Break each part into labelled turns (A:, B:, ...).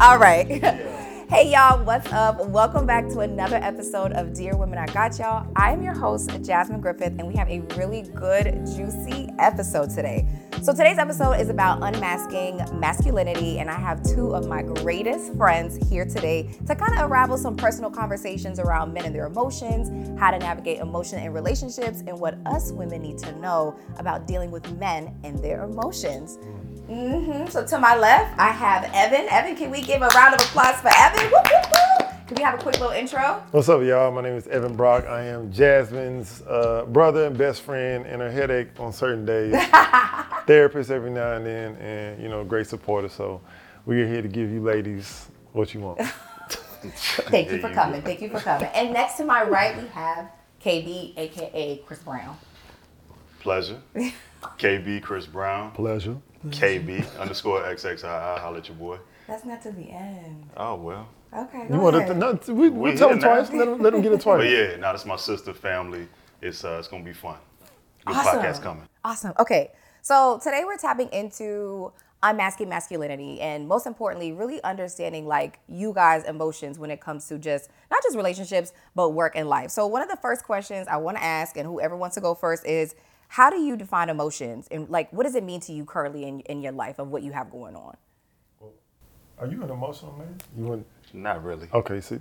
A: All right. Hey y'all, what's up? Welcome back to another episode of Dear Women I Got Y'all. I'm your host, Jasmine Griffith, and we have a really good, juicy episode today. So today's episode is about unmasking masculinity, and I have two of my greatest friends here today to kind of unravel some personal conversations around men and their emotions, how to navigate emotion in relationships, and what us women need to know about dealing with men and their emotions. hmm So to my left, I have Evan. Evan, can we give a round of applause for Evan? Woo, woo, woo. Can we have a quick little intro?
B: What's up, y'all? My name is Evan Brock. I am Jasmine's uh, brother and best friend, and her headache on certain days. Therapist every now and then, and you know, great supporter. So we are here to give you ladies what you want.
A: Thank you for coming. Thank you for coming. And next to my right, we have KB, aka Chris Brown.
C: Pleasure. KB Chris Brown.
B: Pleasure.
C: KB underscore XXII. Holla at your boy.
A: That's not to the end.
C: Oh, well.
A: Okay.
B: You
A: go
B: want
A: ahead.
B: to? No, we, we
C: We
B: tell
C: here
B: them twice.
C: now.
B: Let them, let them get it
C: But
B: twice.
C: yeah, now that's my sister family. It's uh, it's going to be fun. Good
A: Awesome.
C: podcast coming.
A: Awesome. Okay. So today we're tapping into unmasking masculinity and most importantly, really understanding like you guys' emotions when it comes to just not just relationships, but work and life. So one of the first questions I want to ask, and whoever wants to go first, is how do you define emotions and like what does it mean to you currently in, in your life of what you have going on?
B: Are you an emotional man? You want?
C: Not really.
B: Okay. See,
C: Oh.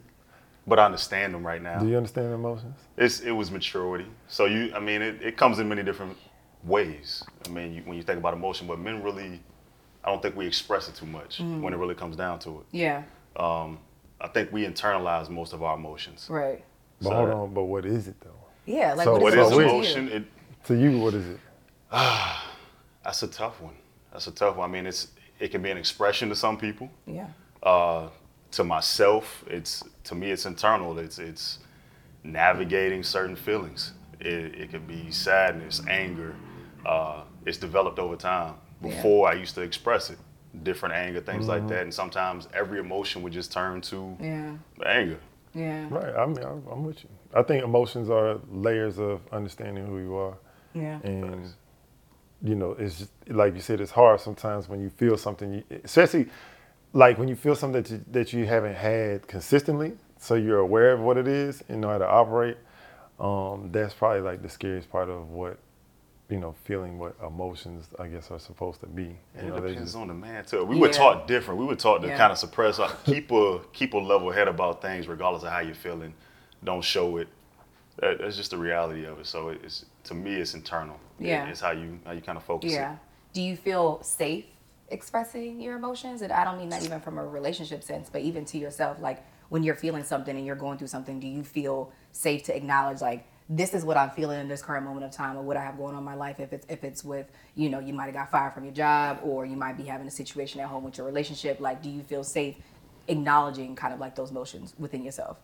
C: But I understand them right
B: do
C: now.
B: you understand emotions?
C: It's It was maturity. So, you, I mean, it, it comes in many different ways. I mean, you, when you think about emotion, but men really, I don't think we express it too much
A: Mm.
C: when it really comes down to it.
A: Yeah.
C: I think we internalize most of our emotions.
A: Right.
B: But
C: So-
B: hold on. But what is it though?
A: Yeah. Like
B: So
C: What
A: what
C: is
B: So we-
C: emotion? It,
B: To you, what is it?
C: That's a tough one. That's a tough one. I mean, it's it can be an expression to some people.
A: Yeah.
C: Uh, to myself, it's to me, it's internal. It's it's navigating certain feelings. It, it could be sadness, anger. Uh, it's developed over time.
A: Yeah. Mm-hmm.
C: Before I used to express it, different anger, things like that, and sometimes every emotion would just turn to
A: Yeah.
C: anger.
A: Yeah.
B: Right. I mean, I'm, I'm with you. I think emotions are layers of understanding who you are.
A: Yeah.
B: and you know it's just, like you said it's hard sometimes when you feel something you, especially like when you feel something that you, that you haven't had consistently so you're aware of what it is and know how to operate um, that's probably like the scariest part of what you know feeling what emotions i guess are supposed to be you
C: It
B: know, they
C: depends
B: just-
C: on the man too. We were
A: Yeah.
C: taught different. We were taught to
A: Yeah.
C: kind of suppress, our, keep a keep a level head about things, regardless of how you're feeling. Don't show it. That, that's just the reality of it. So it's to me, it's internal. It-
A: Yeah.
C: it's how you how you kind of focus.
A: Yeah.
C: It.
A: Do you feel safe expressing your emotions? And I don't mean that even from a relationship sense, but even to yourself, like when you're feeling something and you're going through something, do you feel safe to acknowledge like this is what I'm feeling in this current moment of time or what I have going on in my life if it's if it's with, you know, you might have got fired from your job or you might be having a situation at home with your relationship, like do you feel safe acknowledging kind of like those motions within yourself?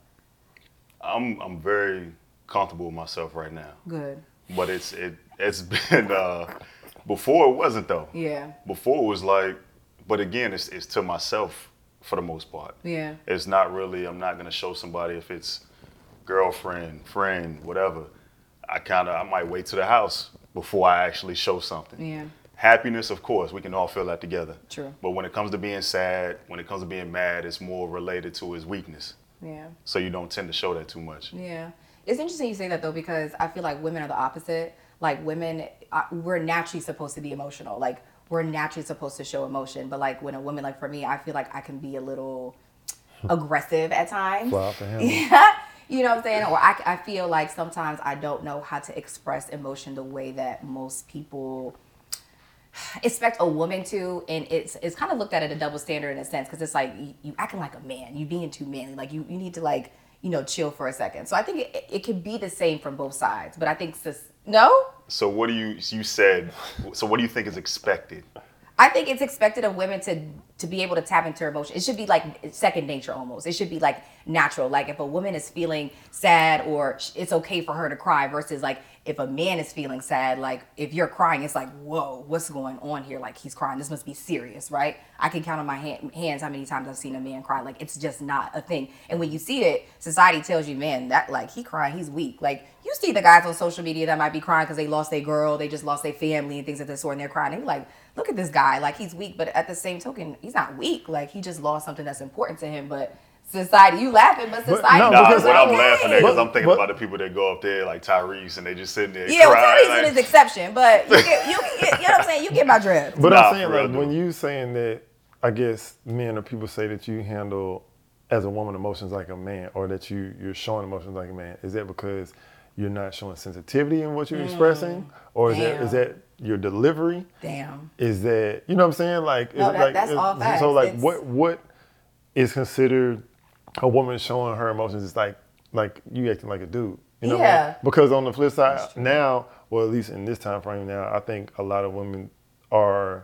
C: I'm I'm very comfortable with myself right now,
A: Good.
C: but it's it it's been uh, before it wasn't though.
A: Yeah.
C: Before it was like, but again, it's it's to myself for the most part.
A: Yeah.
C: it's not really i'm not going to show somebody if it's girlfriend friend whatever i kind of i might wait to the house before i actually show something
A: Yeah.
C: happiness of course we can all feel that together
A: True.
C: but when it comes to being sad when it comes to being mad it's more related to his weakness
A: Yeah.
C: so you don't tend to show that too much
A: Yeah. It's interesting you say that though because I feel like women are the opposite. Like women uh, we're naturally supposed to be emotional. Like we're naturally supposed to show emotion, but like when a woman like for me, I feel like I can be a little aggressive at times.
B: Fly off the handle.
A: Yeah. You know what I'm saying? Or I, I feel like sometimes I don't know how to express emotion the way that most people expect a woman to, and it's it's kind of looked at it a double standard in a sense because it's like you, you acting like a man, you being too manly, like you, you need to like you know chill for a second. So I think it, it can be the same from both sides, but I think sis, no,
C: so what do you so you said so what do you think is expected
A: I think it's expected of women to to be able to tap into her emotion. It should be like second nature almost. It should be like natural. Like if a woman is feeling sad or sh- it's okay for her to cry versus like if a man is feeling sad, like if you're crying, it's like, whoa, what's going on here? Like he's crying. This must be serious, right? I can count on my hand, hands how many times I've seen a man cry. Like it's just not a thing. And when you see it, society tells you, man, that like he crying, he's weak. Like you see the guys on social media that might be crying because they lost their girl, they just lost their family and things of this sort, and they're crying. They're like, look at this guy, like he's weak. But at the same token, he's not weak. Like he just lost something that's important to him. But society. You laughing, but society.
B: no,
A: But,
C: Nah,
B: because-
C: what I'm laughing at because
B: But-
C: I'm thinking
B: but-
C: about the people that go up there like Tyrese and they just sitting there
A: yeah, well,
C: crying.
A: Tyrese
C: like-
A: is an exception, but you get, you, you, you know what I'm saying. You get my drift.
B: But
C: Nah,
B: I'm saying
C: for real,
B: like when
C: dude.
B: you saying that, I guess men or people say that you handle as a woman emotions like a man, or that you you're showing emotions like a man. Is that because you're not showing sensitivity in what you're expressing, or is that is
A: Damn.
B: that your delivery?
A: Damn.
B: Is that you know what I'm saying? Like,
A: No,
B: is-
A: that-
B: like
A: that's all
B: is-
A: facts.
B: so like
A: It's-
B: what what is considered a woman showing her emotions is like like you acting like a dude. You know what I mean?
A: Yeah.
B: Because on the flip side now, well at least in this time frame now, I think a lot of women are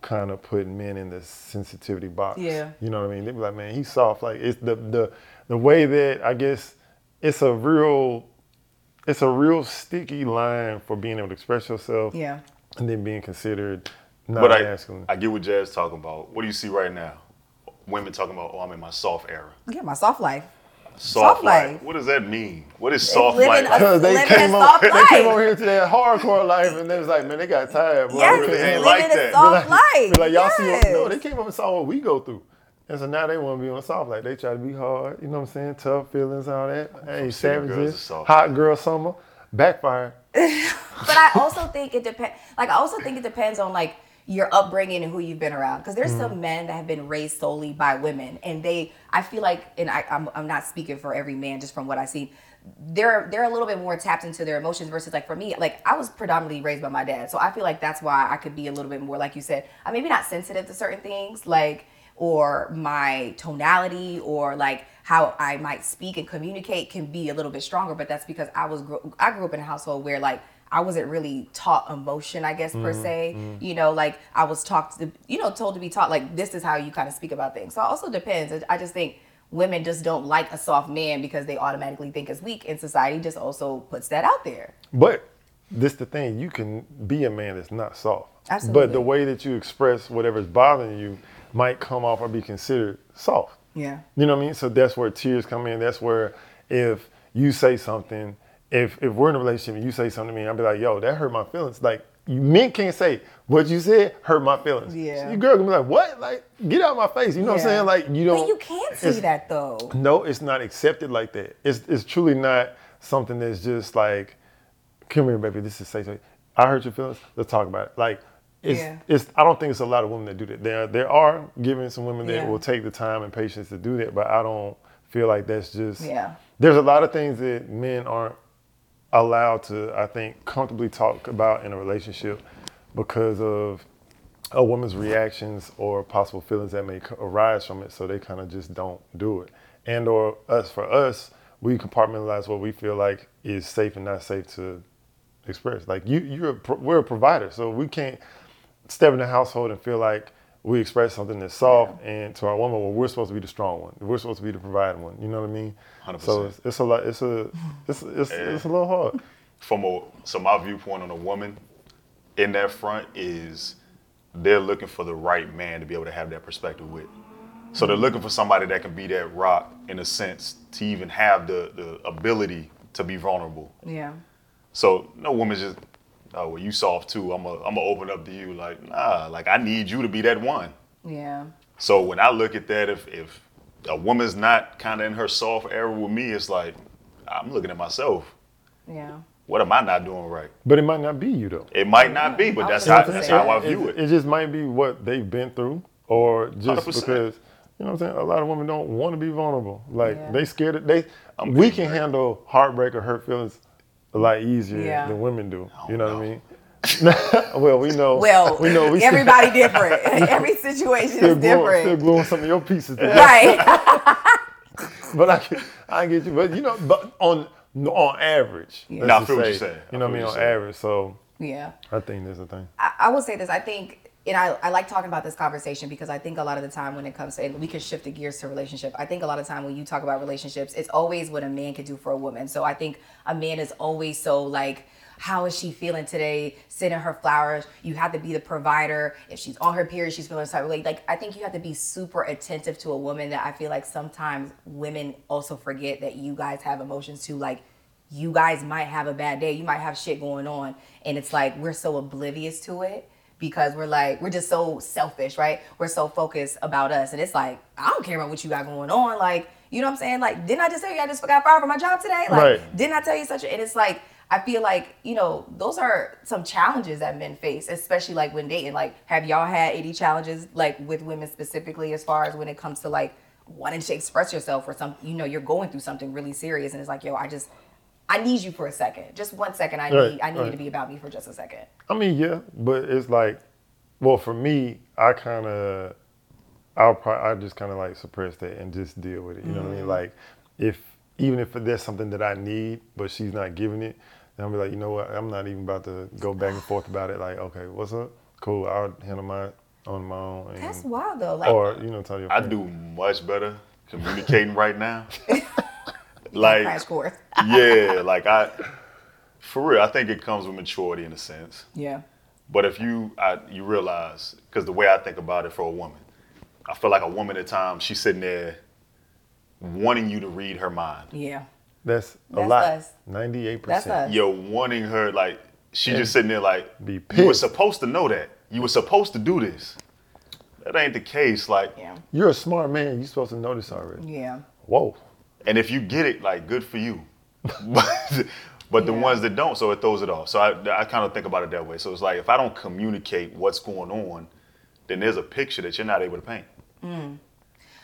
B: kind of putting men in the sensitivity box.
A: Yeah.
B: You know what I mean? They be like, man, he's soft. Like it's the the the way that I guess it's a real it's a real sticky line for being able to express yourself
A: Yeah.
B: and then being considered not
C: But I,
B: masculine.
C: I get what Jazz talking about. What do you see right now? Women talking about, oh, I'm in my soft era.
A: Look at my soft life.
C: Soft,
A: Soft
C: life.
A: life.
C: What does that mean? What is soft
A: living
C: life?
A: a-
C: Like,
B: Because they
A: Living
B: came
A: a
B: over,
A: soft
B: they came
A: life.
B: over here to that hardcore life, and they was like, man, they got tired, bro.
A: Yes,
B: They couldn't
C: really ain't
A: living
B: handle it.
C: like
A: a
C: that.
A: soft
B: Be
A: life.
B: like, y'all see,
A: yes.
B: what, no, they came up and saw what we go through, and so now they want to be on soft. Like they try to be hard, you know what I'm saying? Tough feelings, all that. Hey,
C: single girls is
B: savages,
C: soft.
B: hot girl summer, backfire.
A: but I also think it depends. Like I also think it depends on like your upbringing and who you've been around. Because there's some men that have been raised solely by women, and they, I feel like, and I, I'm, I'm not speaking for every man, just from what I see. They're they're a little bit more tapped into their emotions versus like for me, like I was predominantly raised by my dad, so I feel like that's why I could be a little bit more, like you said, I maybe not sensitive to certain things, like or my tonality or like how I might speak and communicate can be a little bit stronger. But that's because I was gro- I grew up in a household where like I wasn't really taught emotion, I guess per se.
B: Mm-hmm.
A: You know, like I was taught to, you know, told to be taught like this is how you kind of speak about things. So it also depends. I- I just think women just don't like a soft man because they automatically think it's weak, and society just also puts that out there.
B: But this the thing, you can be a man that's not soft.
A: Absolutely.
B: But the way that you express whatever's bothering you might come off or be considered soft.
A: Yeah.
B: You know what I mean? So that's where tears come in. That's where if you say something, if if we're in a relationship and you say something to me, I'll be like, yo, that hurt my feelings. Like you- men can't say what you said hurt my feelings.
A: Yeah.
B: So your girl can be like, what? Like, get out of my face. You know what I'm
A: Yeah.
B: saying? Like you don't
A: But you can't see
B: it's-
A: that though.
B: no, it's not accepted like that. It's it's truly not something that's just like, come here, baby. This is say say. I hurt your feelings. Let's talk about it. Like, it's
A: Yeah.
B: it's. I don't think it's a lot of women that do that. There there are given some women that
A: Yeah.
B: will take the time and patience to do that, but I don't feel like that's just.
A: Yeah.
B: There's a lot of things that men aren't allowed to, I think, comfortably talk about in a relationship because of a woman's reactions or possible feelings that may c- arise from it. So they kind of just don't do it. And or us for us, we compartmentalize what we feel like is safe and not safe to express. Like you, you're a, pro- we're a provider, so we can't step in the household and feel like we express something that's soft and to our woman, well, we're supposed to be the strong one. We're supposed to be the providing one. You know what I mean?
C: 100%.
B: So it's, it's a lot. It's a it's it's, it's a little hard.
C: from a so my viewpoint on a woman in that front is they're looking for the right man to be able to have that perspective with. So they're looking for somebody that can be that rock in a sense to even have the the ability to be vulnerable.
A: Yeah.
C: So no woman's just, oh well, you soft too. I'm a I'm gonna open up to you. Like nah, like I need you to be that one.
A: Yeah.
C: So when I look at that, if if a woman's not kind of in her soft era with me, it's like I'm looking at myself.
A: Yeah.
C: What am I not doing right?
B: But it might not be you though.
C: It might not be, but
A: I
C: that's
A: was
C: how
A: gonna
C: that's
A: say
C: how I
A: that.
C: view
B: it,
C: it.
B: just might be what they've been through, or just
C: 100%.
B: because you know what I'm saying. A lot of women don't want to be vulnerable. Like
A: Yeah.
B: they scared. Of, they
C: I'm
B: we
C: being
B: can
C: hurt.
B: handle heartbreak or hurt feelings a lot easier
A: Yeah.
B: than women do.
C: don't
B: You know, what I
C: know.
B: mean? well, we know.
A: Well,
B: we know. We still-
A: everybody different. Every situation
B: still,
A: is
B: gluing, still
A: different.
B: gluing some of your pieces together.
A: Right.
B: But I, get- I get you. But you know, but on on average, let's
C: Nah, I
B: just
C: feel what
B: say,
C: you're saying.
B: You
C: I
B: know
C: feel
B: what I mean?
C: what
B: On
C: you're saying.
B: average, so
A: yeah.
B: I think there's a thing.
A: I, I will say this. I think, and I, I like talking about this conversation because I think a lot of the time when it comes to, and we can shift the gears to relationship. I think a lot of time when you talk about relationships, it's always what a man can do for a woman. So I think a man is always so like, how is she feeling today? Sending her flowers. You have to be the provider. If she's on her period, she's feeling something. Like, like I think you have to be super attentive to a woman that I feel like sometimes women also forget that you guys have emotions too. Like you guys might have a bad day. You might have shit going on. And it's like we're so oblivious to it because we're like, we're just so selfish, right? We're so focused about us. And it's like, I don't care about what you got going on. Like, you know what I'm saying? Like, didn't I just tell you I just got fired from my job today? Like,
B: Right.
A: didn't I tell you such a and it's like I feel like, you know, those are some challenges that men face, especially like when dating. Like, have y'all had any challenges like with women specifically as far as when it comes to like wanting to express yourself or something, you know, you're going through something really serious and it's like, yo, I just I need you for a second. Just one second. I need
B: Right,
A: I need you
B: right.
A: to be about me for just a second.
B: I mean, yeah, but it's like, well, for me, I kind of, I'll probably, I just kind of like suppress that and just deal with it. You know what I
A: Mm-hmm.
B: mean? Like, if even if there's something that I need, but she's not giving it, then I'll be like, you know what? I'm not even about to go back and forth about it. Like, okay, what's up? Cool. I'll handle mine on my own. And,
A: That's wild though. Like
B: Or you know, tell your
C: I
B: friend.
C: do much better communicating right now.
A: crash
C: like,
A: course.
C: yeah, like I, for real, I think it comes with maturity in a sense.
A: Yeah.
C: But if you I, you realize, because the way I think about it for a woman, I feel like a woman at times she's sitting there wanting you to read her mind.
A: Yeah.
B: That's a
A: That's
B: lot.
A: us.
B: Ninety-eight
A: That's us.
B: percent.
C: You're wanting her like she
B: Yeah.
C: just sitting there like
B: Be
C: you were
B: pissed.
C: supposed to know that. You were supposed to do this. That ain't the case. Like,
A: Yeah.
B: You're a smart man. You're supposed to know this already.
A: Yeah.
B: Whoa.
C: and if you get it, like, good for you. but but the
A: Yeah.
C: ones that don't, so it throws it off. So I, I kind of think about it that way. So it's like if I don't communicate what's going on, then there's a picture that you're not able to paint.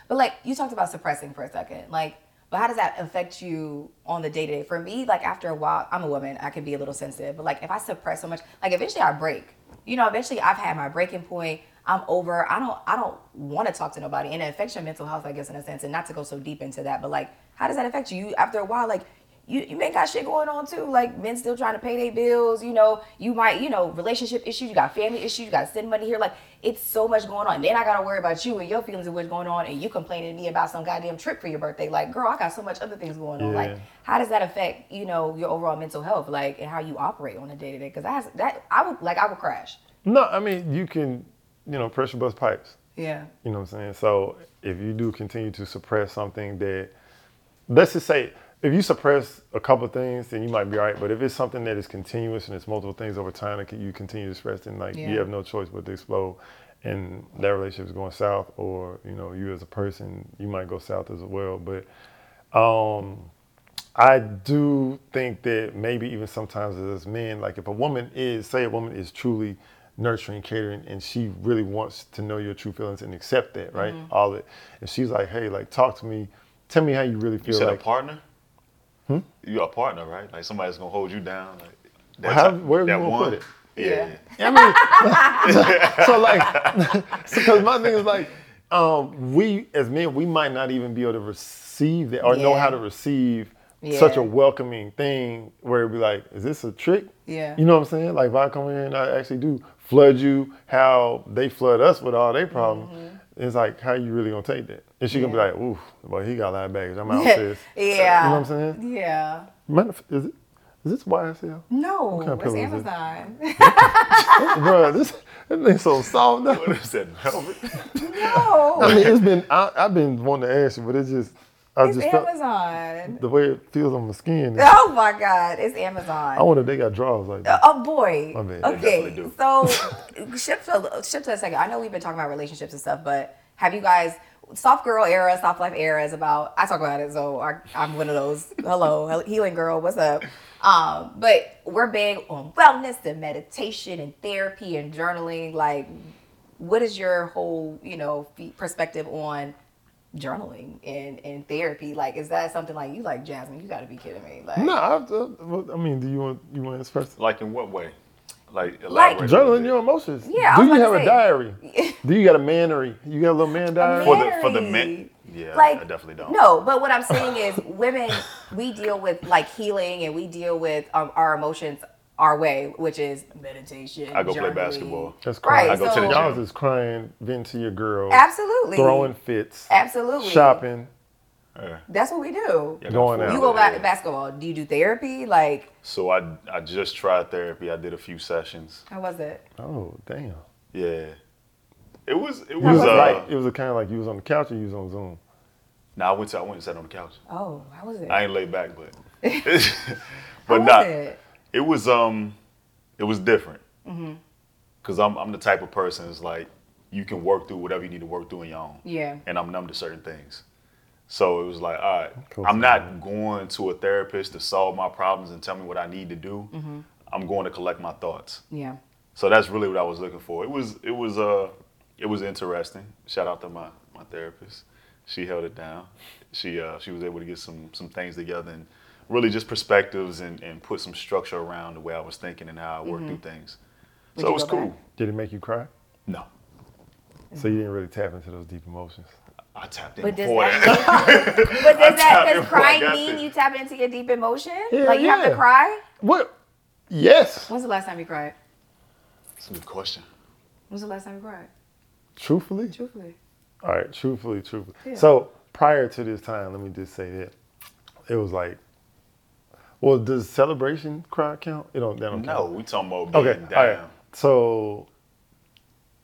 A: But like you talked about suppressing for a second, like, but how does that affect you on the day to day? For me, like after a while, I'm a woman, I can be a little sensitive, but like if I suppress so much, like eventually I break. You know, eventually I've had my breaking point. I'm over. I don't. I don't want to talk to nobody, and it affects your mental health, I guess, in a sense. And not to go so deep into that, but like, how does that affect you? You after a while, like. You, you may got shit going on too. Like men still trying to pay their bills. You know, you might, you know, relationship issues. You got family issues. You got to send money here. Like it's so much going on. Then I gotta worry about you and your feelings and what's going on, and you complaining to me about some goddamn trip for your birthday. Like, girl, I got so much other things going on. Like,
B: Yeah.
A: how does that affect you know your overall mental health, like, and how you operate on a day to day? Because that's that I would like I would crash.
B: No, I mean you can, you know, pressure bust pipes.
A: Yeah.
B: You know what I'm saying? So if you do continue to suppress something that, let's just say, if you suppress a couple of things, then you might be all right. But if it's something that is continuous and it's multiple things over time that you continue to suppress, then like
A: Yeah.
B: you have no choice but to explode. And that relationship is going south, or you know, you as a person, you might go south as well. But I do think that maybe even sometimes as men, like if a woman is, say a woman is truly nurturing, catering, and she really wants to know your true feelings and accept that, right? All it. If she's like, hey, like talk to me, tell me how you really
C: You
B: feel.
C: said
B: like,
C: a partner? Hmm? You're a partner, right? Like somebody's gonna hold you down. Like that
B: How-
C: type-
B: where you
C: that
B: gonna
C: one.
B: put it?
C: Yeah.
A: Yeah.
B: I mean, so like, because my thing is like, um, we as men, we might not even be able to receive that or know
A: Yeah.
B: how to receive such a
A: Yeah.
B: welcoming thing where it'd be like, is this a trick?
A: Yeah.
B: You know what I'm saying? Like, if I come in and I actually do flood you, how they flood us with all their problems, it's like, how you really gonna take that? And she gonna be
A: Mm-hmm. Yeah.
B: like, ooh, well, he got a lot of baggage. I'm out,
A: yeah.
B: sis. You know what I'm saying?
A: Yeah.
B: Matter of- Is, it, is this YSL?
A: No,
B: kind of
A: it's
B: pillow is it?
A: Amazon.
B: Bruh, this, this thing so soft now.
C: What is that? Velvet?
B: I
A: no,
B: mean, it's been I, I've been wanting to ask you, but it's just I
A: it's
B: just felt
A: Amazon.
B: the way it feels on my skin. is-
A: Oh my God, it's Amazon.
B: I wonder if they got draws like that.
A: Oh boy.
B: My bad. They
A: Okay.
C: definitely do.
A: So shift to shift to a second. I know we've been talking about relationships and stuff, but have you guys soft girl era, soft life era is about I talk about it, so I, I'm one of those. Hello, healing girl, what's up? Um, but we're big on wellness and meditation and therapy and journaling. Like, what is your whole, you know, f- perspective on journaling and, and therapy? Like, is that something like you like Jasmine? You got to be kidding me. Like,
B: No, I, I, I mean, do you want you want to express
C: like in what way? Like elaborate. a little
B: journaling
C: bit.
B: your emotions?
A: Yeah, I
B: Do
A: was about
B: you have
A: to
B: a
A: say.
B: diary? do you got a manery? You got a little man diary?
C: For the- for the men-
A: Married.
C: Yeah, I definitely don't.
A: No, but what I'm saying is, women, we deal with like healing and we deal with um, our emotions our way, which is meditation.
C: I go play
A: journaling.
C: basketball.
B: That's
A: Right,
B: crying.
A: I go to the so-
B: Y'all is crying, venting to your girl,
A: Absolutely.
B: throwing fits,
A: Absolutely.
B: shopping.
C: Yeah.
A: That's what we do.
C: Yeah, I got
B: Going
C: four
B: out.
A: You go back
C: kids.
A: to basketball. Do you do therapy? Like,
C: So I I just tried therapy. I did a few sessions.
A: how was it?
B: Oh damn!
C: Yeah. It was it
B: You was
C: was uh
B: like it was a kind of like you was on the couch or you was on Zoom.
C: nah, I went to I went and sat on the couch.
A: Oh, how was it?
C: I ain't laid back but but
A: how was
C: not
A: it?
C: it was um it was different
A: Mm-hmm.
C: because I'm I'm the type of person it's like you can work through whatever you need to work through in your own
A: Yeah.
C: and I'm numb to certain things so it was like all right
B: Cool.
C: I'm not going to a therapist to solve my problems and tell me what I need to do
A: Mm-hmm.
C: I'm going to collect my thoughts
A: Yeah.
C: so that's really what I was looking for it was it was uh it was interesting shout out to my my therapist she held it down she uh she was able to get some some things together and really just perspectives and, and put some structure around the way I was thinking and how I worked through things.
A: Mm-hmm. Would
C: so
A: you
C: it was
A: go
C: cool.
A: back?
B: Did it make you cry?
C: No,
B: So you didn't really tap into those deep emotions.
A: Mm-hmm.
C: I tapped in
A: But does
C: before
A: that
C: that.
A: But does
C: tapped
A: that
C: in
A: does
C: before I
A: crying
C: got
A: mean
C: there.
A: you tap into your deep emotion?
B: Hell
A: like you have to
B: yeah.
A: cry?
B: What? Yes.
A: When's the last time you cried?
C: That's a good question.
A: When's the last time you cried?
B: Truthfully.
A: Truthfully.
B: All right. Truthfully, truthfully.
A: Yeah.
B: So prior to this time, let me just say that it was like, well, does celebration cry count? It don't. That don't
C: No,
B: count.
C: we talking about being
B: Okay.
C: down.
B: All right. So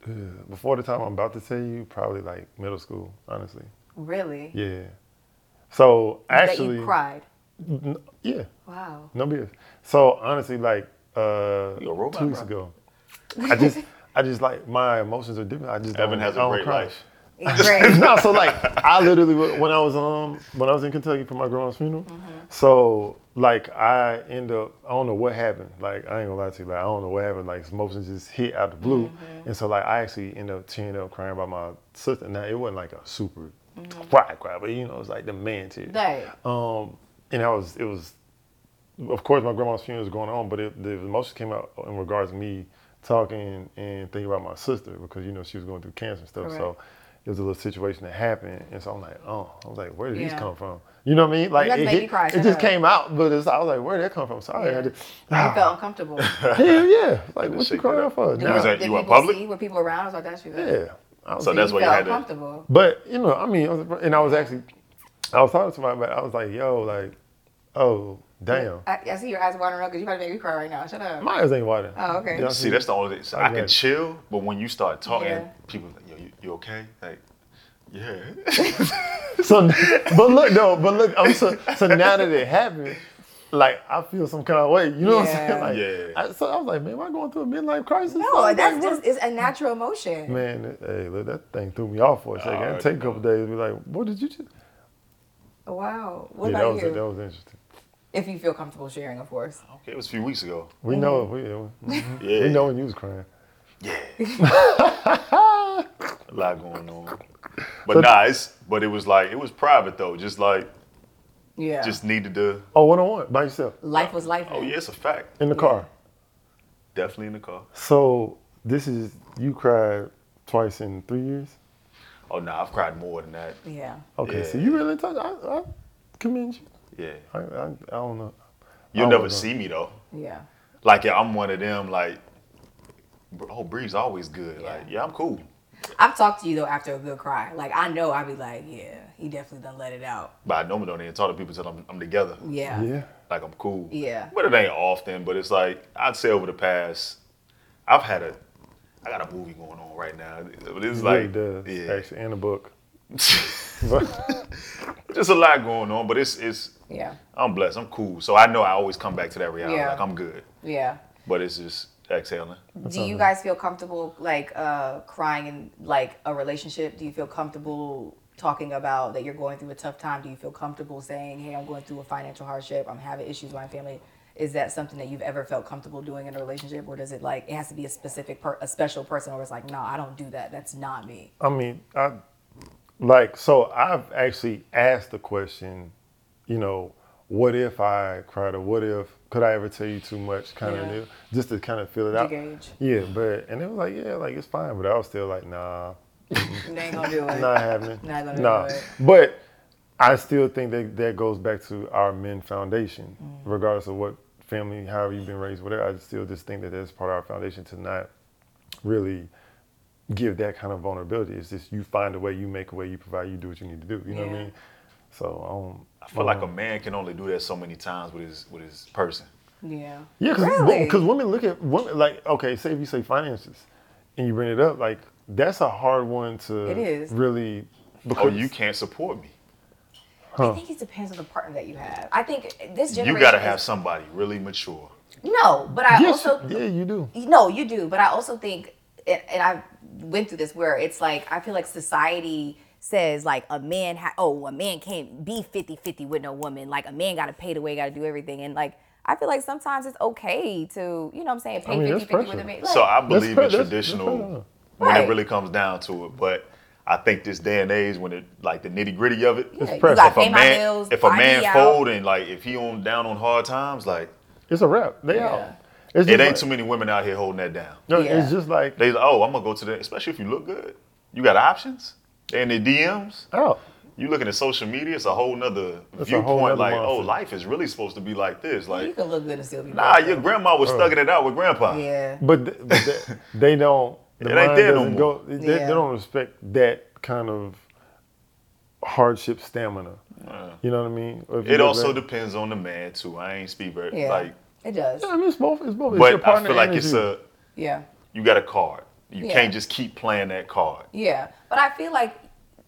B: uh, before the time I'm about to tell you, probably like middle school, honestly.
A: Really?
B: Yeah. So
A: that
B: actually,
A: you cried.
B: N- yeah,
A: Wow.
B: no BS. So honestly, like uh,
C: You a robot,
B: two weeks
C: bro.
B: ago, I just, I just like my emotions are different. I just
C: Evan
B: don't-
C: has
B: I
C: a
B: don't
C: great
B: cry.
C: life.
A: Great.
B: no, so like I literally when I was um when I was in Kentucky for my grandma's funeral, so like I end up I don't know what happened. Like I ain't gonna lie to you, like I don't know what happened. Like emotions just hit out the blue, and so like I actually end up tearing up, crying about my sister. Now it wasn't like a super cry cry, but you know it was like the man tears.
A: Right.
B: Um, and I was it was of course, my grandma's funeral was going on, but it, the emotions came out in regards to me talking and thinking about my sister because you know she was going through cancer and stuff. So
A: Correct.
B: it was a little situation that happened, and so I'm like, oh, I was like, where did
A: Yeah.
B: these come from? You know what I mean? Like
A: Let's
B: it,
A: make
B: hit-
A: you cry,
B: it
A: shut
B: just
A: up.
B: came out, but it's, I was like, where did that come from? Sorry,
A: Yeah.
B: I just,
A: I felt uncomfortable.
B: hell yeah, like what
C: shit
B: you
C: get
B: crying
C: up.
B: for?
C: was
B: Now,
C: that- you
A: Did
C: went
A: people
C: public?
A: See, were people around? I was like, that's you.
B: yeah, I was
C: So that's
A: you
C: why you
A: felt
C: had to.
A: uncomfortable.
B: But you know, I mean, I was, and I was actually, I was talking to somebody, but I was like, yo, like, oh, damn,
A: I, I see your eyes watering up because you about to make me cry right now. Shut up.
B: my eyes ain't watering.
A: Oh, okay.
B: Y'all
C: See, that's the only thing. So I
B: Okay.
C: can chill, but when you start talking,
A: Yeah.
C: people like, yo, you, you okay? Like, yeah.
B: So, but look though, but look, I'm so, so now that it happened, like I feel some kind of way. You know
A: Yeah.
B: what I'm saying?
C: Yeah.
B: Like, I, so I was like, man, am I going through a midlife crisis? I
A: No,
B: was
A: that's
B: like,
A: just it's a natural emotion.
B: man. it- Hey, look, that thing threw me off for a second. It'd
C: Alright.
B: take a couple days. to Be like, what did you? Just?
A: Wow. What
B: yeah, that
A: about
B: was
A: you?
B: that was interesting.
A: if you feel comfortable sharing, of course.
C: okay, it was a few weeks ago.
B: We
A: Mm-hmm.
B: know we, mhm.
C: Yeah.
B: we know when you was crying.
C: Yeah. a lot going on. But nah, it's, but it was like it was private though. Just like
A: Yeah.
C: just needed to
B: Oh, one on one by yourself
A: life was life.
C: oh yeah, it's a fact.
B: in the car.
C: Definitely in the car.
B: So this is you cried twice in three years.
C: Oh no, I've cried more than that.
A: Yeah.
B: Okay, so
C: Yeah.
B: you really touched. I, I commend you.
C: Yeah.
B: I, I, I don't know.
C: You'll
B: I
C: never
B: was on-
C: see me though.
A: Yeah.
C: Like yeah, I'm one of them like bro, oh Bree's always good. Like, yeah, I'm cool.
A: I've talked to you though after a good cry. Like I know I'd be like, yeah, he definitely done let it out.
C: But I normally don't even talk to people until I'm, I'm together.
A: Yeah.
B: Yeah.
C: Like I'm cool.
A: Yeah.
C: But it ain't often, but it's like I'd say over the past I've had a I got a movie going on right now. But it's
B: Really
C: like
B: does actually in a book.
C: yeah.
B: But
C: There's a lot going on, but it's it's
A: Yeah.
C: I'm blessed. I'm cool. So I know I always come back to that reality.
A: Yeah.
C: Like I'm good.
A: Yeah.
C: But it's just exhaling.
A: Do you guys feel comfortable like uh crying in like a relationship? Do you feel comfortable talking about that you're going through a tough time? Do you feel comfortable saying, "Hey, I'm going through a financial hardship. I'm having issues with my family." Is that something that you've ever felt comfortable doing in a relationship, or does it like it has to be a specific, per- a special person, or it's like, no, I don't do that. That's not me.
B: I mean, I like so I've actually asked the question, you know, what if I cried or what if could I ever tell you too much kind
A: Yeah.
B: of new just to kind of feel it
A: To
B: out.
A: gauge.
B: Yeah, but and it was like, yeah, like it's fine, but I was still like, nah,
A: You ain't gonna do it.
B: not happening.
A: Not gonna
B: nah.
A: do it.
B: But I still think that that goes back to our men foundation,
A: Mm.
B: regardless of what family, however you've been raised, whatever. I still just think that that's part of our foundation to not really give that kind of vulnerability. It's just you find a way, you make a way, you provide, you do what you need to do. You know what I
A: Yeah.
B: mean? So um,
C: I feel like a man can only do that so many times with his with his person.
A: Yeah.
B: Yeah, because
D: Really?
B: women look at women like okay, say if you say finances, and you bring it up, like that's a hard one to
A: It is.
B: really
C: Oh,
B: because
C: you can't support me.
A: I think it depends on the partner that you have.
D: I think this generation.
C: You gotta have
D: is-
C: somebody really mature.
D: No, but I
B: Yes,
D: also
B: yeah, you do.
D: No, you do, but I also think, and, and I went through this where it's like I feel like society says like a man, ha- oh, a man can't be 50-50 with no woman. Like a man got to pay the way, got to do everything, and like I feel like sometimes it's okay to, you know, what I'm saying, pay
B: I mean,
D: 50-50
B: that's
D: with a
B: pressure.
D: man. Like,
C: So I believe
B: fair,
C: in
B: that's-
C: traditional
B: that's fair.
C: when
D: Right.
C: it really comes down to it. But I think this day and age, when it like the nitty gritty of it,
D: you
B: pressure.
D: gotta
C: if a
D: pay my
C: man
D: bills,
C: if a
D: buy me
C: man
D: out.
C: fold and like if he on down on hard times, like
B: It's a wrap. They
A: Yeah.
B: out. It's
C: it
B: just
C: ain't
B: like-
C: too many women out here holding that down.
B: No,
A: Yeah.
B: It's just like
C: They like, oh, I'm gonna go to the especially if you look good. You got options. They in the DMs.
B: out.
C: You looking at social media, it's a whole nother
B: It's a
C: viewpoint.
B: whole nother
C: like, oh,
B: mindset.
C: life is really supposed to be like this.
A: you
C: Like,
A: can look good and still be
C: nah,
A: broke.
C: your grandma was thugging it out with grandpa.
A: Yeah.
B: But, th- but th- they don't. The
C: It ain't
B: mind
C: there no
B: doesn't
C: more.
B: go. They, they
A: Yeah.
B: don't respect that kind of hardship stamina. You know what I mean? Or if you
C: It
B: look
C: also
B: back-
C: depends on the man too. I ain't speak very
A: Yeah.
C: like,
A: it does.
B: I mean, it's both. It's both. it's your
C: but I
B: partner
C: feel like
B: and
C: it's
B: you.
C: a
A: Yeah.
C: you got a card. You
A: Yeah.
C: can't just keep playing that card.
A: Yeah, but I feel like,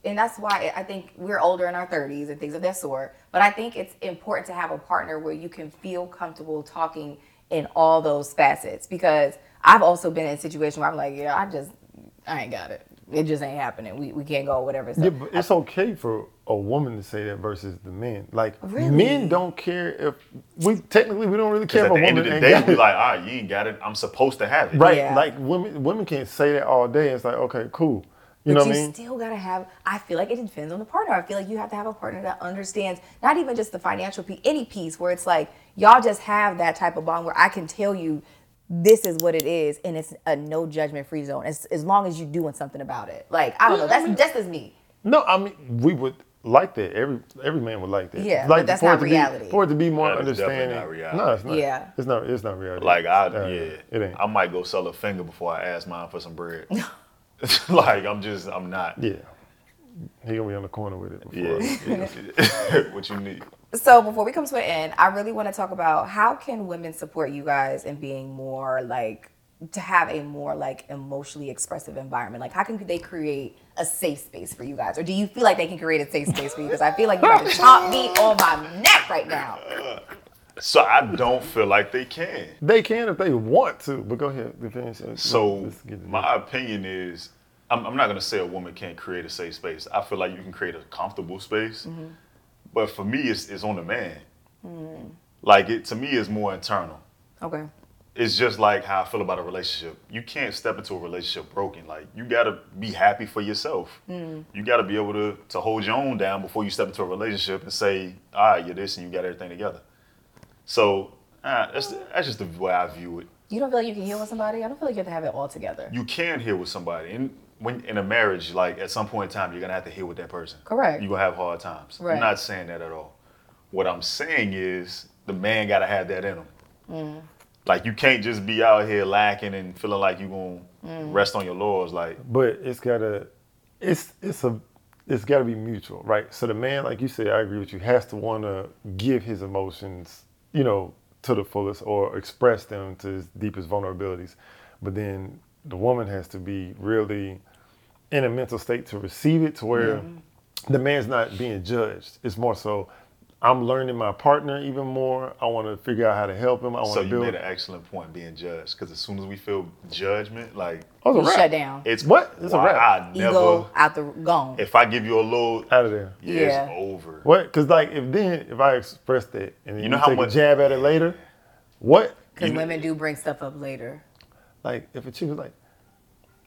A: and that's why I think we're older in our 30s and things of that sort. But I think it's important to have a partner where you can feel comfortable talking in all those facets because I've also been in a situation where I'm like, yeah, I just, I ain't got it. It just ain't happening. We, we can't go, whatever. So
B: Yeah, but it's okay for a woman to say that versus the men. Like
A: Really?
B: men don't care if we technically we don't really care
C: Because
B: if
C: at
B: a
C: the
B: woman
C: end of the
B: ain't
C: day,
B: got
C: you
B: it.
C: like, ah, you ain't got it. I'm supposed to have it.
B: right?
A: Yeah.
B: Like women women can't say that all day. It's like okay, cool.
A: but
B: You know
A: you
B: what I mean?
A: still gotta have. I feel like it depends on the partner. I feel like you have to have a partner that understands not even just the financial piece, any piece where it's like y'all just have that type of bond where I can tell you this is what it is, and it's a no judgment free zone as, as long as you doing something about it. Like I don't know. That's that's just me.
B: no, I mean we would like that. Every every man would like that.
A: Yeah, but
B: like
A: that's
B: for
A: not
B: it to be-
A: reality.
B: for it to be more
C: That is definitely
B: understanding.
C: not reality.
B: No, it's not.
A: Yeah.
B: it's not. It's not reality.
C: Like I,
B: Uh,
C: yeah,
B: it ain't.
C: I might go sell a finger before I ask mine for some bread. like I'm just, I'm not.
B: yeah, he gonna be on the corner with it. Before
C: Yeah.
B: us.
C: what you need.
A: So before we come to an end, I really want to talk about how can women support you guys in being more like to have a more like emotionally expressive environment. Like how can they create a safe space for you guys, or do you feel like they can create a safe space for you? Because I feel like you have to chop me on my neck right now.
C: So I don't feel like they can.
B: They can if they want to, but go ahead. finish it.
C: So
B: Let's get it.
C: my opinion is, I'm, I'm not gonna say a woman can't create a safe space. I feel like you can create a comfortable space,
B: Mm-hmm.
C: but for me, it's, it's on the man.
B: Mm.
C: Like it to me is more internal.
A: Okay.
C: It's just like how I feel about a relationship. You can't step into a relationship broken. Like you gotta be happy for yourself. You gotta be able to to hold your own down before you step into a relationship and say, all right, you're this and you got everything together. So uh, that's that's just the way I view it.
A: You don't feel like you can heal with somebody. I don't feel like you have to have it all together.
C: you can heal with somebody and when in a marriage like at some point in time you're gonna have to heal with that person
A: Correct.
C: you're gonna have hard times
A: Right.
C: i'm not saying that at all what i'm saying is the man gotta have that in him
A: Mm.
C: like you can't just be out here lacking and feeling like you're gonna
A: Mm.
C: rest on your laurels like
B: but it's gotta it's it's a it's gotta be mutual right so the man like you said i agree with you has to want to give his emotions you know to the fullest or express them to his deepest vulnerabilities but then the woman has to be really in a mental state to receive it to where the man's not being judged it's more so i'm learning my partner even more i want to figure out how to help him i want
C: so
B: to
C: you
B: build
C: made an excellent point being judged because as soon as we feel judgment like
B: Oh, it's a
A: You
B: wrap.
A: shut down.
C: it's
B: What? It's a
C: why
B: wrap.
C: i
A: Ego
C: never
A: out the gone.
C: if i give you a little
B: out of there
C: yeah,
A: Yeah.
C: it's over
B: What? Because like if then if I express that and then you,
C: know how
B: take
C: much-
B: a jab at it later, what?
A: Because
C: you-
A: women do bring stuff up later.
B: Like if a chick was like,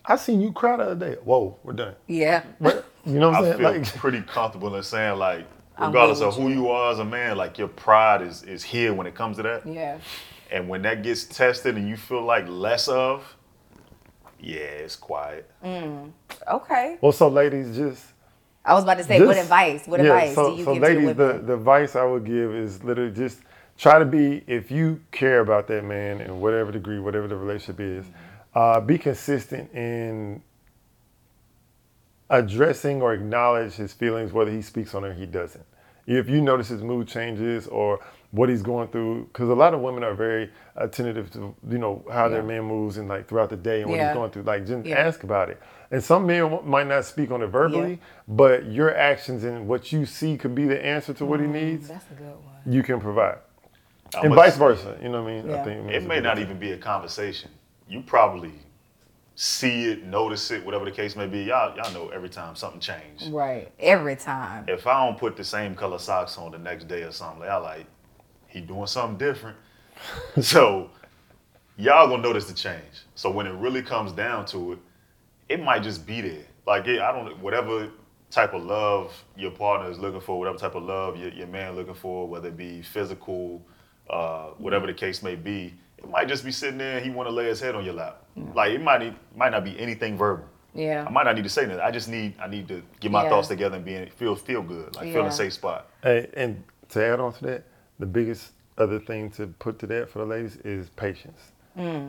B: I seen you cry the other day. Whoa, we're done.
A: Yeah.
B: What? You know what
C: I
B: I'm
C: feel
B: saying? Like
C: pretty comfortable in saying like,
A: I'm
C: regardless
A: good
C: of
A: with
C: who you are as a man, like your pride is is here when it comes to that.
A: Yeah.
C: And when that gets tested and you feel like less of, yeah, it's quiet.
A: Okay.
B: well, so ladies, just
A: I was about to say,
B: just-
A: what advice? What
B: yeah,
A: advice
B: So,
A: do you
B: so
A: give to
B: ladies,
A: women?
B: the the advice I would give is literally just try to be if you care about that man in whatever degree, whatever the relationship is,
A: Mm-hmm.
B: uh, be consistent in addressing or acknowledge his feelings, whether he speaks on it or he doesn't. If you notice his mood changes or what he's going through, because a lot of women are very attentive to you know how their man moves and like throughout the day and what
A: Yeah.
B: he's going through. Like just
A: Yeah.
B: ask about it. And some men w- might not speak on it verbally, but your actions and what you see could be the answer to what he needs.
E: That's a good one.
B: You can provide,
C: I
B: and
C: must-
B: vice versa. You know what I mean?
A: Yeah.
B: I think
C: It may not even be a conversation. You probably see it, notice it, whatever the case may be. Y'all, y'all know every time something changed.
E: Right. Every time.
C: If I don't put the same color socks on the next day or something, like I like he doing something different. so y'all gonna notice the change. So when it really comes down to it, it might just be there. Like it, I don't whatever type of love your partner is looking for, whatever type of love your, your man looking for, whether it be physical, uh, whatever the case may be, it might just be sitting there. and He want to lay his head on your lap. Like it might might not be anything verbal.
E: Yeah.
C: I might not need to say nothing. I just need I need to get my
E: Yeah.
C: thoughts together and be in, feel feel good, like feel in
E: Yeah.
C: a safe spot.
B: Hey, and to add on to that, the biggest other thing to put to that for the ladies is patience.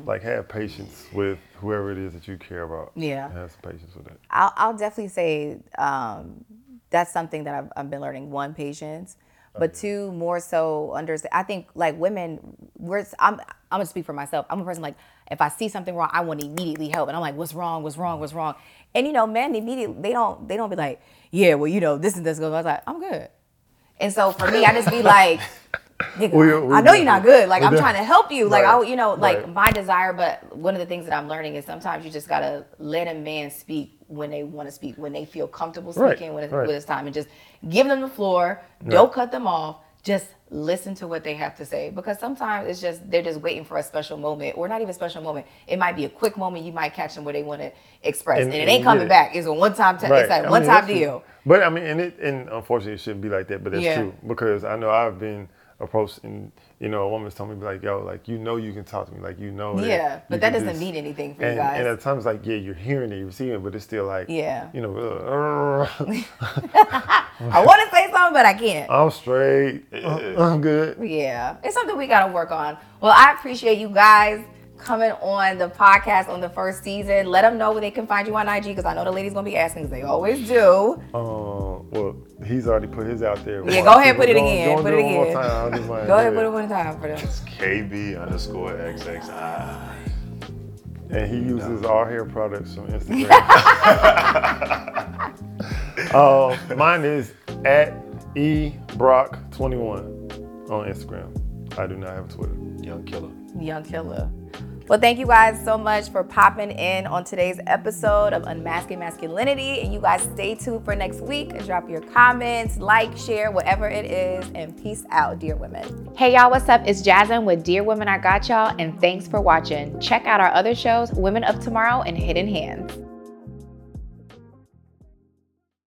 B: Like have patience with whoever it is that you care about.
E: Yeah.
B: Have some patience with it.
A: I'll, I'll definitely say um, that's something that I've, I've been learning. One, patience, but two, more so understand. I think like women, we're I'm I'm gonna speak for myself. I'm a person like if I see something wrong, I want to immediately help, and I'm like, what's wrong? What's wrong? What's wrong? And you know, men immediately they don't they don't be like, yeah, well, you know, this and this goes. on." I was like, I'm good.
E: And so for me, I just be like, nigga,
B: We- we
E: I know
B: do.
E: you're not good. Like
B: We
E: I'm
B: do.
E: trying to help you. Like
B: Right.
E: I, you know, like
B: Right.
E: my desire. But one of the things that I'm learning is sometimes you just gotta let a man speak when they want to speak, when they feel comfortable
B: Right.
E: speaking, when, it's,
B: Right.
E: when it's time, and just give them the floor. Don't cut them off. Just listen to what they have to say because sometimes it's just they're just waiting for a special moment or not even a special moment. It might be a quick moment you might catch them where they want to express, and,
B: And-
E: it ain't
B: yeah.
E: coming back. It's a one time. T- It's
B: Right.
E: like
B: I
E: one
B: mean,
E: time
B: that's-
E: deal.
B: But I mean, and it and unfortunately, it shouldn't be like that. But that's
E: Yeah.
B: true because I know I've been approached and you know a woman's told me be like, yo, like you know you can talk to me, like you know. that
E: Yeah,
B: you
E: but that
B: can
E: doesn't
B: just-
E: mean anything for you
B: And,
E: guys.
B: and at times, like yeah, you're hearing it, you're receiving, it, but it's still like
E: Yeah.
B: you know,
E: I want to say something, but I can't.
B: I'm straight,
C: Yeah.
B: I'm good.
E: Yeah, it's something we gotta work on. Well, I appreciate you guys coming on the podcast on the first season. Let them know where they can find you on IG because I know the ladies gonna be asking because they always do.
B: Um, well, he's already put his out there.
E: Yeah, go ahead, put it
B: Go on-
E: again,
B: go on,
E: put
B: do
E: it
B: One
E: again.
B: more time. I'll do mine.
E: Go ahead, put it one time for them.
C: It's KB underscore XXI.
B: And he uses all hair products from Instagram. uh, mine is at ebrock21 on Instagram. I do not have a Twitter.
C: Young killer.
E: Young killer.
A: Well, thank you guys so much for popping in on today's episode of Unmasking Masculinity. And you guys stay tuned for next week. Drop your comments, like, share, whatever it is. And peace out, dear women.
E: Hey y'all, what's up? It's Jasmine with Dear Women I Got Y'all, and thanks for watching. Check out our other shows, Women of Tomorrow and Hidden Hands.